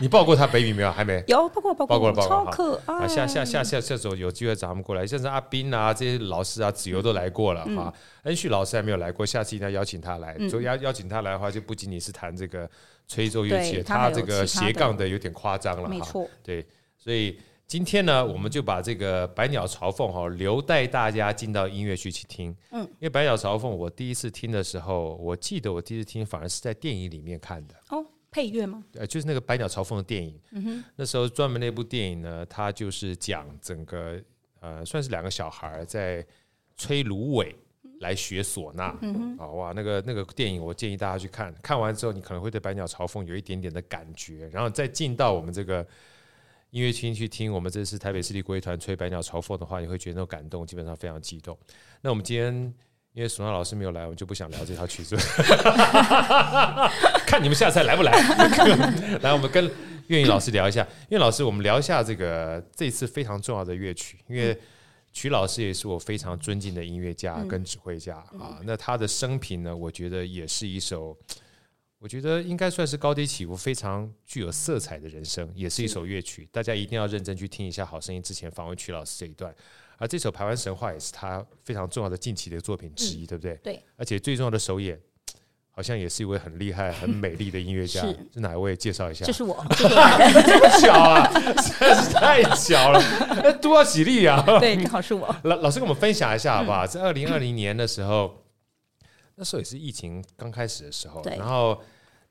你抱过她 baby 没有？还没。有包括包包括括了包括超好可啊，爱，下下下下下周有机会找他们过来，像是阿斌啊这些老师啊，子由都来过了哈、恩旭老师还没有来过，下次一定要邀请他来。嗯所以邀邀请他来的话，就不仅仅是弹这个吹奏乐器，对他还有这个其他斜的杠的有点夸张了没哈。错，对，所以今天呢，我们就把这个《百鸟朝凤》哈，留待大家进到音乐区去听。嗯因为《百鸟朝凤》，我第一次听的时候，我记得我第一次听反而是在电影里面看的，哦，配乐吗？呃，就是那个《百鸟朝凤》的电影。嗯哼，那时候专门那部电影呢，它就是讲整个呃，算是两个小孩儿在吹芦苇来学唢呐。嗯哼。啊、哇，那个那个电影，我建议大家去看看完之后，你可能会对《百鸟朝凤》有一点点的感觉，然后再进到我们这个音乐厅去听我们这次台北市立国乐团吹《百鸟朝凤》的话，你会觉得那种感动，基本上非常激动。那我们今天因为唢呐老师没有来，我们就不想聊这套曲子，看你们下次还来不 来。来，我们跟岳云老师聊一下，岳云老师，我们聊一下这个这次非常重要的乐曲，因为。曲老师也是我非常尊敬的音乐家跟指挥家、啊。那他的生平呢，我觉得也是一首，我觉得应该算是高低起伏非常具有色彩的人生，也是一首乐曲。大家一定要认真去听一下《好声音》之前访问曲老师这一段。而这首《台湾神话》也是他非常重要的近期的作品之一，对不对？嗯对。而且最重要的首演，好像也是一位很厉害、很美丽的音乐家，是 是哪一位？介绍一下。这是我，这么巧啊，实在是 太巧了， 那多吉利啊！对，刚好是我。老老师跟我们分享一下嗯好不好？在二零二零年的时候，那时候也是疫情刚开始的时候，对然后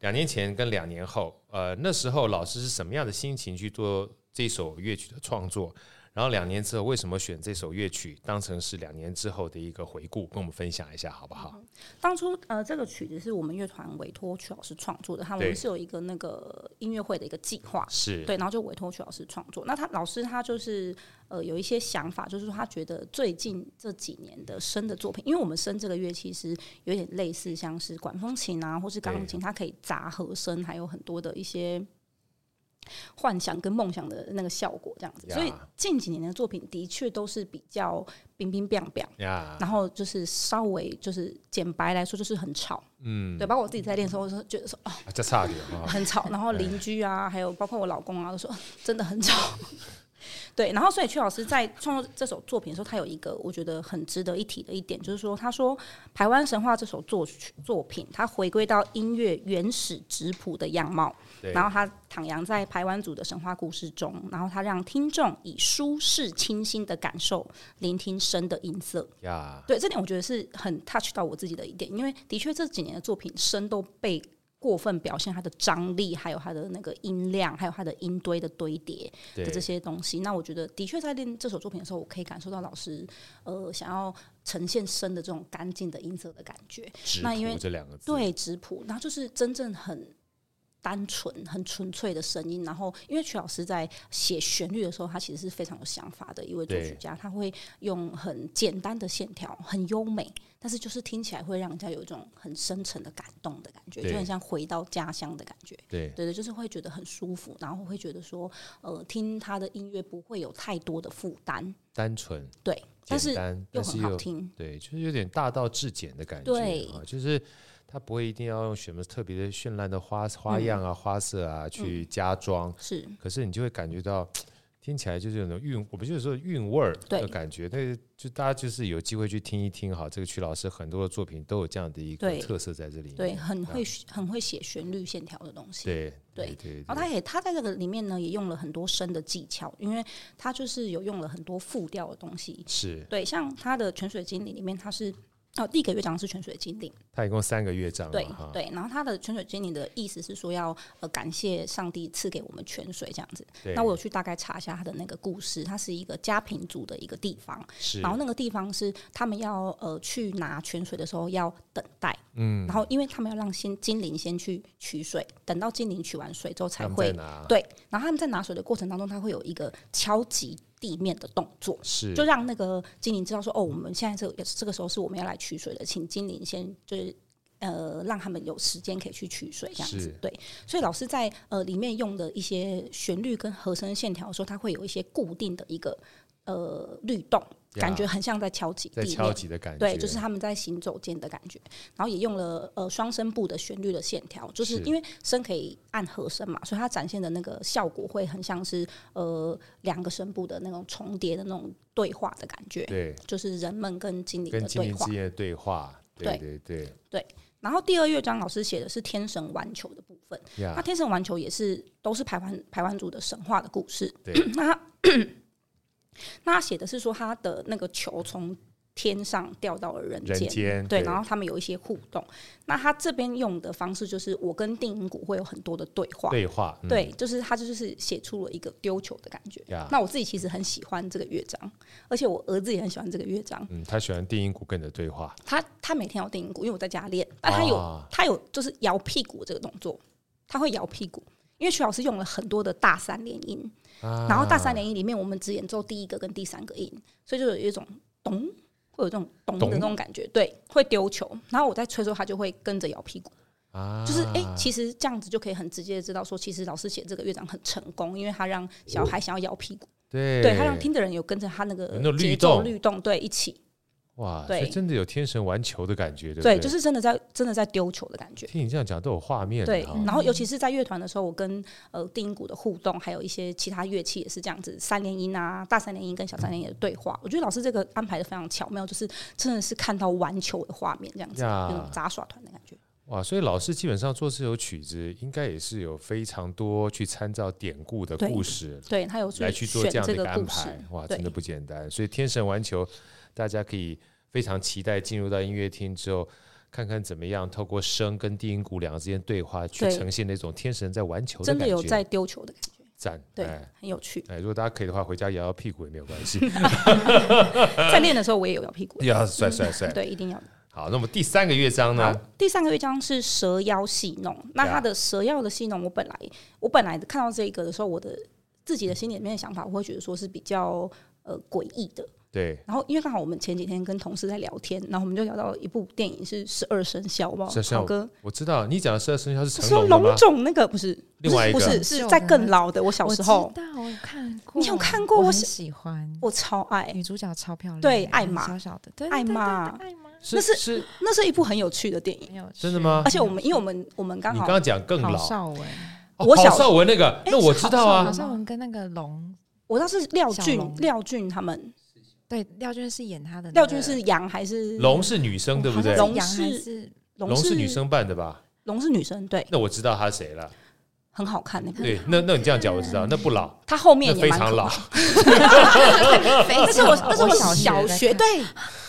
两年前跟两年后，呃，那时候老师是什么样的心情去做这首乐曲的创作？然后两年之后，为什么选这首乐曲当成是两年之后的一个回顾，跟我们分享一下好不好？当初呃，这个曲子是我们乐团委托曲老师创作的，他我对们是有一个那个音乐会的一个计划，是，对，然后就委托曲老师创作。那他老师他就是呃有一些想法，就是说他觉得最近这几年的笙的作品，因为我们笙这个乐器是有点类似像是管风琴啊，或是钢琴，它可以杂合声，还有很多的一些幻想跟梦想的那个效果这样子。所以呀近几年的作品的确都是比较冰冰冰冰。呀，然后就是稍微就是简白来说就是很吵，嗯对，，包括我自己在练的时候，我就觉得说哦这差点啊，很吵，然后对邻居啊，还有包括我老公啊，都说啊真的很吵。 对，然后所以曲老师在创作这首作品的时候，他有一个我觉得很值得一提的一点，就是说他说《台湾神话》这首作曲作品，它回归到音乐原始质朴的样貌，对，然后它徜徉在台湾族的神话故事中，然后它让听众以舒适清新的感受聆听声的音色，呀，对，这点我觉得是很 touch 到我自己的一点，因为的确这几年的作品声都被过分表现它的张力，还有它的那个音量，还有它的音堆的堆叠对的这些东西。那我觉得的确在练这首作品的时候，我可以感受到老师呃想要呈现声的这种干净的音色的感觉，质那因为朴这两个字，对，质朴，然后就是真正很。单纯、很纯粹的声音。然后，因为曲老师在写旋律的时候，他其实是非常有想法的一位作曲家，他会用很简单的线条，很优美，但是就是听起来会让人家有一种很深沉的感动的感觉，对就很像回到家乡的感觉。对对对，就是会觉得很舒服，然后会觉得说，呃，听他的音乐不会有太多的负担，单纯对，但简是单，又但是很好又听。对，就是有点大道至简的感觉，对啊，就是它不会一定要用什么特别的绚烂的花嗯花样啊、花色啊去加装，是可是你就会感觉到。听起来就是有那种韵，我们就是说韵味儿对的感觉。那就大家就是有机会去听一听哈，这个曲老师很多的作品都有这样的一个对特色在这里面。对，很啊会很会写旋律线条的东西。对对对然后他对也他在这个里面呢，也用了很多声的技巧，因为他就是有用了很多复调的东西。是，对，像他的泉水精灵里面，他是哦，第一个乐章是泉水精灵，他一共三个乐章嘛对啊哈。对。然后他的泉水精灵的意思是说要呃感谢上帝赐给我们泉水这样子。对那我有去大概查一下他的那个故事，它是一个家贫族的一个地方，是然后那个地方是他们要呃去拿泉水的时候要等待，嗯，然后因为他们要让先精灵先去取水，等到精灵取完水之后才他们会在拿对，然后他们在拿水的过程当中，他会有一个敲击地面的动作，是就让那个精灵知道说，哦，我们现在这个这个时候是我们要来取水的，请精灵先就是。呃，让他们有时间可以去取水，这样是子对。所以老师在呃里面用的一些旋律跟和声线条的时候，它会有一些固定的一个呃律动，呀感觉很像在敲击地在面，敲击的感觉，对，就是他们在行走间的感觉，然后也用了呃双声部的旋律的线条，就是是因为声可以按和声嘛，所以它展现的那个效果会很像是呃两个声部的那种重叠的那种对话的感觉，对就是人们跟精灵跟的精对灵话之。间的对话，对对对对然后第二乐章老师写的是天神玩球的部分，那呀，天神玩球也是都是排湾排湾族的神话的故事，对 那他那他写的是说他的那个球从天上掉到了人人间。间对，然后他们有一些互动。那他这边用的方式就是，我跟定影谷会有很多的对话，对话，嗯对就是他就是写出了一个丢球的感觉。呀，那我自己其实很喜欢这个乐章，而且我儿子也很喜欢这个乐章。嗯，他喜欢定音鼓跟你的对话，他他每天有定影鼓，因为我在家练，但他有、啊他有就是摇屁股这个动作，他会摇屁股。因为徐老师用了很多的大三连音，然然后大三连音里面我们只演奏第一个跟第三个音，所以就有一种咚，会有这种咚的咚那种感觉，对，会丢球。然后我在吹的时候，他就会跟着摇屁股，啊，就是哎、其实这样子就可以很直接的知道说，其实老师写这个乐章很成功，因为他让小孩想要摇屁股，对对他让听的人有跟着他那有那种个律节奏动律动，对，一起，哇，对所以真的有天神玩球的感觉，对不对，对？就是真的在真的在丢球的感觉。听你这样讲都有画面，对哈，然后尤其是在乐团的时候，我跟呃定音鼓的互动，还有一些其他乐器也是这样子，三连音啊、大三连音跟小三连音的对话，我觉得老师这个安排的非常巧妙，就是真的是看到玩球的画面这样子，呀那种杂耍团的感觉。哇，所以老师基本上做这首曲子，应该也是有非常多去参照典故的对故事对他有去来去做选这样的这一个安故事排，，哇，对真的不简单。所以天神玩球，大家可以非常期待进入到音乐厅之后，看看怎么样透过声跟低音鼓两个之间对话，去对呈现那种天神在玩球真感的觉。有在丢球的感觉，赞，对，哎很有趣。哎，如果大家可以的话，回家摇摇屁股也没有关系， 呃在练的时候我也有摇屁股，要帅帅帅。对，一定要的。 好，那我们第三个乐章好呢？，第三个乐章是蛇妖戏弄。那它的蛇妖的戏弄，我本来我本来看到这个的时候，我的自己的心里面的想法，我会觉得说是比较呃诡异的。对，然后因为刚好我们前几天跟同事在聊天，然后我们就聊到一部电影是《十二生肖》嘛， 12生肖好哥。我知道你讲的十二生肖是是成龙的龙吗？种那个不是，另外一个不是，不是是在更老的。我小我时知候道，我有看过，你有看过我我很是喜欢，我超爱，女主角超漂亮，哎对艾很玛小小的，对，艾对对玛对艾玛，是那是是，那是一部很有趣的电影。没有真的吗而且我们，因为我们我们刚你好刚刚讲更郝老，邵文，哦我小郝邵文那个，哎那我是知郝道邵郝啊文，邵文跟那个龙，我知道是廖小俊龙廖俊他们，对，廖俊是演他的那个，廖俊是羊还是龙是女生对不对？龙龙是是是龙龙是女，生扮的吧？龙是女生，对，那我知道他谁 了。很好看那个。对，那那你这样讲我知道，那不老，她后面那也非蛮常可老怕。，非 但是我常但是我小小在学 看对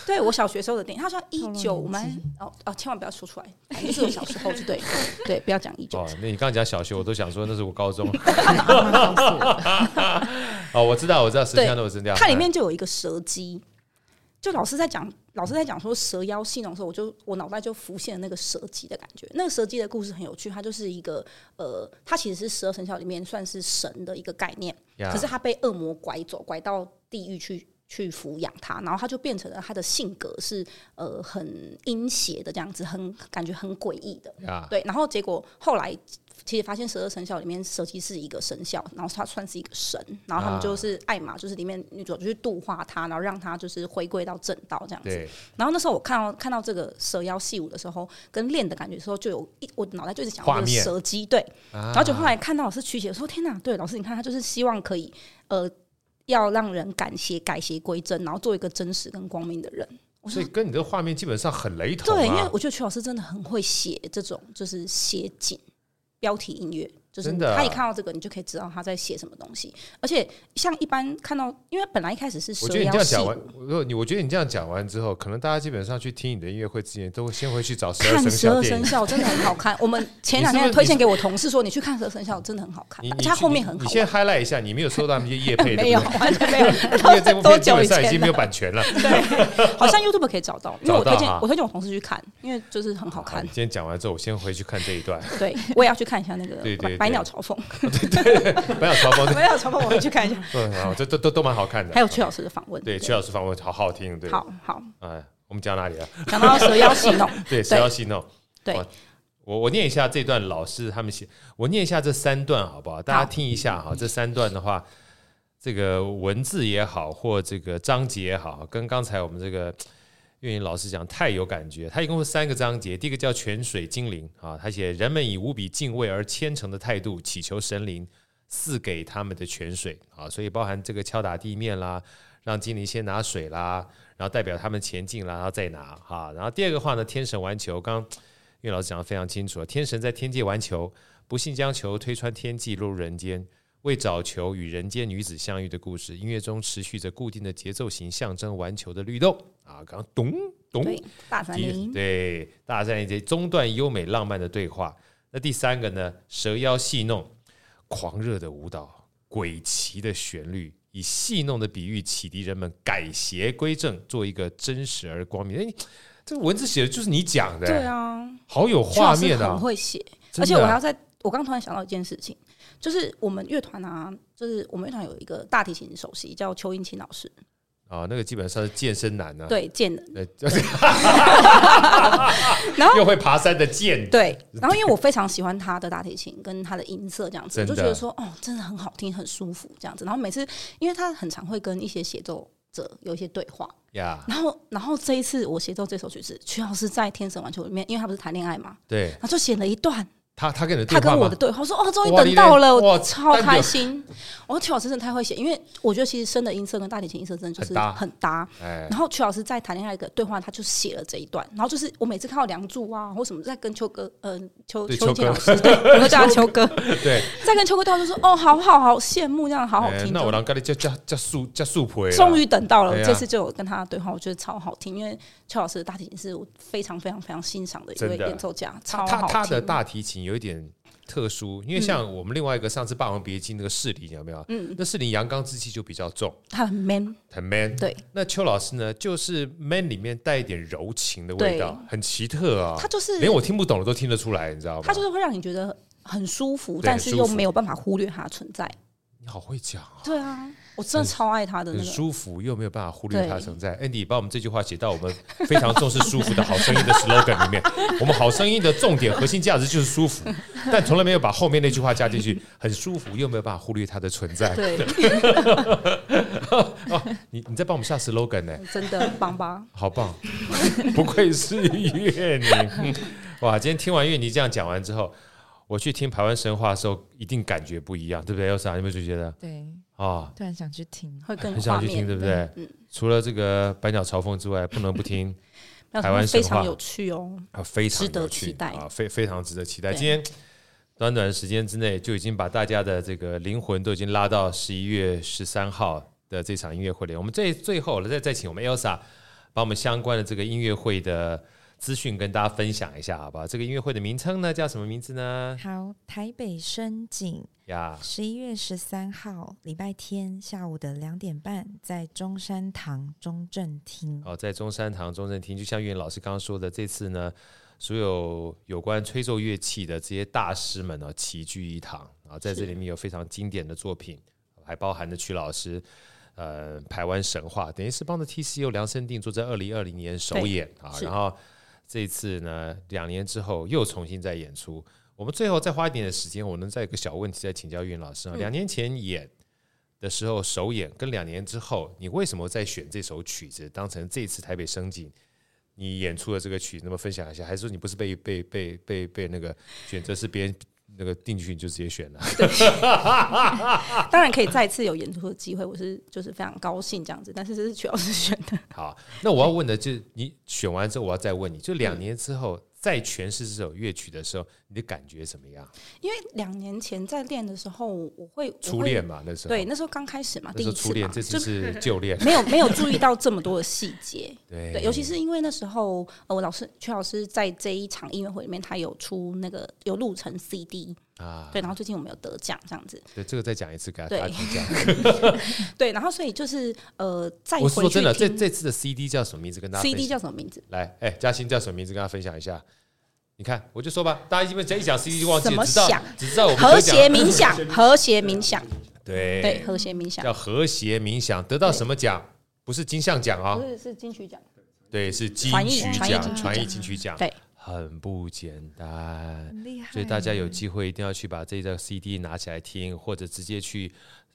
对，我小学时候的电影，他说一透露九，年我们纪哦哦，千万不要说出来，反正就是我小时候就对对，不要讲一九哦。，那你刚刚讲小学，我都想说那是我高中。妈妈告诉我哦，我知道，我知道，十对项都有资料。它里面就有一个蛇姬，就老师在讲，老师在讲说蛇妖系统的时候，我就我脑袋就浮现了那个蛇姬的感觉。那个蛇姬的故事很有趣，它就是一个呃，它其实是十二生肖里面算是神的一个概念，呀可是他被恶魔拐走，拐到地狱去去抚养他，然后他就变成了他的性格是呃很阴邪的这样子，很感觉很诡异的。呀，对，然后结果后来其实发现十二生肖里面蛇姬是一个生肖，然后他算是一个神，然后他们就是艾玛，就是里面女主角就去度化他，然后让他就是回归到正道这样子。对，然后那时候我看到看到这个蛇妖戏舞的时候，跟练的感觉的时候，就有一我脑袋就一直想画这个面啊蛇姬，对，然然后就后来看到老师曲解，我说天哪，对，老师你看他就是希望可以呃，要让人改邪改邪归正，然后做一个真实跟光明的人。我所说以跟你的画面基本上很雷同、啊。对，因为我觉得曲老师真的很会写这种就是写景标题音乐。就是真你的啊他一看到这个，你就可以知道他在写什么东西。而且像一般看到，因为本来一开始是我蛇觉得你这妖样戏讲完舞，如果你我觉得你这样讲完之后，可能大家基本上去听你的音乐会之前，都会先回去找十二看生十肖二电生影。肖真的很好 看。我们前两你是不天是推荐给我同事说，你去看十二生肖真的很好看，你而你且它后面很你好你先玩。highlight 一下，你没有收到那些叶配， 没有，对不完全没有。 对因为这部多片基久本以上已前经没了有版权了。 对，好 像 YouTube 可以找到，因为我找到推荐哈我推荐我同事去看，因为就是很好好看你。今天讲完之后，我先回去看这一段。对，我也要去看一下那个对对百对百鸟 朝凤，不要嘲讽 百鸟朝凤我会去 看一下。嗯，好，这都都都蛮好看的。还有曲老师的访问，对，曲老师访问好好听，对，好好哎，我们讲哪里 了？讲到蛇妖 戏弄，对，谁要戏弄？对哇，我我念一下这段老师他们写，我念一下这三段好不好？嗯大家听一下哈，这三段的话，这个文字也好，或这个章节也好，跟刚才我们这个。岳云老师讲太有感觉，他一共是三个章节，第一个叫泉水精灵啊，他写人们以无比敬畏而虔诚的态度祈求神灵赐给他们的泉水啊，所以包含这个敲打地面啦，让精灵先拿水啦，然后代表他们前进啦，然后再拿哈。然后第二个话呢，天神玩球，刚刚岳老师讲的非常清楚了，啊天神在天界玩球，不幸将球推穿天际落入人间，为找球与人间女子相遇的故事，音乐中持续着固定的节奏型象征玩球的律动啊，刚刚咚咚对大三的零，对大战一节中断优美浪漫的对话。那第三个呢，蛇妖戏弄，狂热的舞蹈，诡奇的旋律，以戏弄的比喻启迪人们改邪归正，做一个真实而光明。哎，这文字写的就是你讲的，对啊，好有曲画老师面很啊！会写，真而且的我还要在，我刚突然想到一件事情，就是我们乐团啊，就是我们乐团有一个大提琴首席叫邱英琴老师，啊，那个基本上是健身男呢、啊，对，见的。对，就是 然 后又会爬山的健，对，然后因为我非常喜欢他的大提琴跟他的音色这样子，真我的就觉得说哦，真的很好听，很舒服这样子。然后每次，因为他很常会跟一些协奏者有一些对话，呀，然后然后这一次我协奏这首曲子，曲老师在《天神玩球》里面，因为他不是谈恋爱嘛，对然后就写了一段他他跟你的他对话跟我吗的？对话，我说哦，终于哇你等到连了，我哇超但开有心。我说曲老师真的太会写，因为我觉得其实声的音色跟大提琴音色真的就很是搭很搭。哎，然后曲老师在谈恋爱的对话，他就写了这一段。然后就是我每次看到梁祝啊，或什么在跟秋哥，呃，秋对秋秋健哥老师，对，我都叫他秋哥，对，在跟秋哥对话，就说哦，好好好，羡慕这样，好好哎听。那我让咖喱叫叫叫素叫素培啦，终于等到了，对我啊这次就有跟他对话，我觉得超好听，因为邱老师的大提琴是我非常非常非常欣赏的一位真的演奏家，超他他好他的听。大提琴有一点特殊，因为像我们另外一个上次《霸王别姬》那个士林有没有？嗯，那士林阳刚之气就比较重，他很 man，很 man。对，那邱老师呢，就是 man 里面带一点柔情的味道，很奇特啊他，就是连我听不懂的都听得出来，你知道吗？它就是会让你觉得很舒服，对但是很舒又服没有办法忽略它的存在。你好会讲啊。对啊，我真的超爱它的那很个。舒服，又没有办法忽略它对存在。Andy 把我们这句话写到我们非常重视舒服的好声音的 slogan 里面。我们好声音的重点核心价值就是舒 服，但从来没有把后面那句话加进去。很舒服，又没有办法忽略它的存在。对，你你在帮我们下 slogan 呢、真的棒吧？好棒！ 不愧是乐宁，哇！今天听完乐宁这样讲完之后，我去听台湾神话的时候，一定感觉不一样，对不对？有啥你们就觉得对，啊？突然想去听，会更有很画想去面，听，对不对？嗯，除了这个百鸟朝凤之外，不能不听那台湾神非话常有趣哦。啊，非常值得有趣期待啊，非非常值得期待。对今天短短时间之内，就已经把大家的这个灵魂都已经拉到十一月十三号的这场音乐会里。我们最最后了，再再请我们 Elsa 把我们相关的这个音乐会的资讯跟大家分享一下，好不好？这个音乐会的名称呢，叫什么名字呢？好，台北深井呀、十一月十三号礼拜天下午的两点半，在中山堂中正厅。哦，在中山堂中正厅，就像岳老师刚刚说的，这次呢，所有有关吹奏乐器的这些大师们呢、齐聚一堂啊，在这里面有非常经典的作品，还包含了曲老师。呃，台湾神话等于是帮着 TCU 量身定做，在二零二零年首对演啊，是然后这一次呢，两年之后又重新再演出。我们最后再花一点点时间，我能再有个小问题再请教岳老嗯师啊。两年前演的时候首演，跟两年之后，你为什么再选这首曲子当成这次台北升景你演出的这个曲？那么分享一下，还是说你不是被被被被被那个选择是别人那个定曲你就直接选了？当然可以再次有演出的机会，我是就是非常高兴这样子。但是这是曲老师选的，好，那我要问的就是，你选完之后，我要再问你，就两年之后再诠释这首乐曲的时候，你的感觉怎么样？因为两年前在练的时候，我会我初会恋嘛，那时候对，那时候刚开始嘛，那第时候一初次恋嘛，，这次就是哎旧恋，没有没有注意到这么多的细 节。对对，尤其是因为那时候，呃，我老师曲老师在这一场音乐会里面，他有出那个有录成 CD，啊，对，然后最近我们有得奖这样子，对，这个再讲一次给大对家听一下。 对，然后所以就是呃，再我是回说去真的，这听这次的 CD 叫什么名字？跟大家 CD 分享叫什么名字？来，哎，嘉欣叫什么名字？跟大家分享一下。你看，我就说吧，大家因为一讲 CD 就忘记怎了，么只知道想只知道我们和得奖谐冥想， 和谐冥想，对对，和谐冥想，叫和谐冥想，得到什么奖？不是金像奖啊、不是是金曲奖，对，是金传艺曲传艺奖，金曲传艺奖金曲奖，对，哎很不简单。很厉害，所以大家有机会一定要去把这张 CD 拿起来听，或者直接去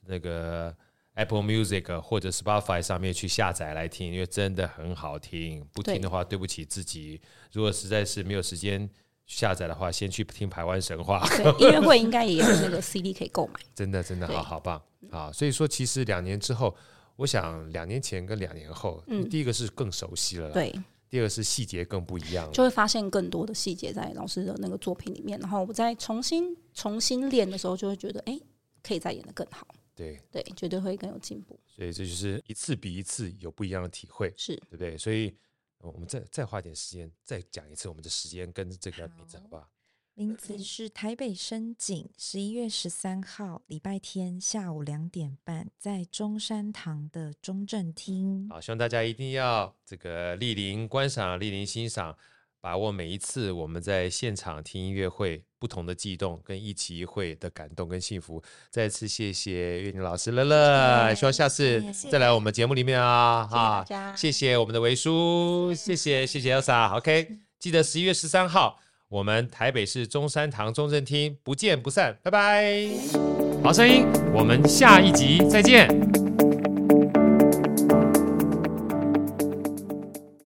那个 Apple Music 或者 Spotify 上面去下载来听，因为真的很好听。不听对的话，对不起自己。如果实在是没有时间下载的话，先去听《台湾神话》。对，音乐会应该也有那个 CD 可以 购买。真的真的对好好棒啊！所以说，其实两年之后，我想两年前跟两年后，嗯第一个是更熟悉了，，对，第二个是细节更不一样了，就会发现更多的细节在老师的那个作品里面，然后我再重新重新练的时候，就会觉得哎、诶可以再演得更好，对，对，绝对会更有进步。所以这就是一次比一次有不一样的体会，是对不对？所以呃我们再再花点时间，再讲一次我们的时间跟这个名字，好不好？名字是台北深井，十一月十三号礼拜天下午两点半，在中山堂的中正厅。好，希望大家一定要这个莅临观赏、莅临欣赏，把握每一次我们在现场听音乐会不同的悸动，跟一期一会的感动跟幸福。再次谢谢岳宁老师乐乐，希望下次再来我们节目里面啊谢谢大啊！家，谢谢我们的维叔，谢谢谢谢 Elsa。OK，记得十一月十三号，我们台北市中山堂中正厅不见不散，拜拜。好声音，我们下一集再见。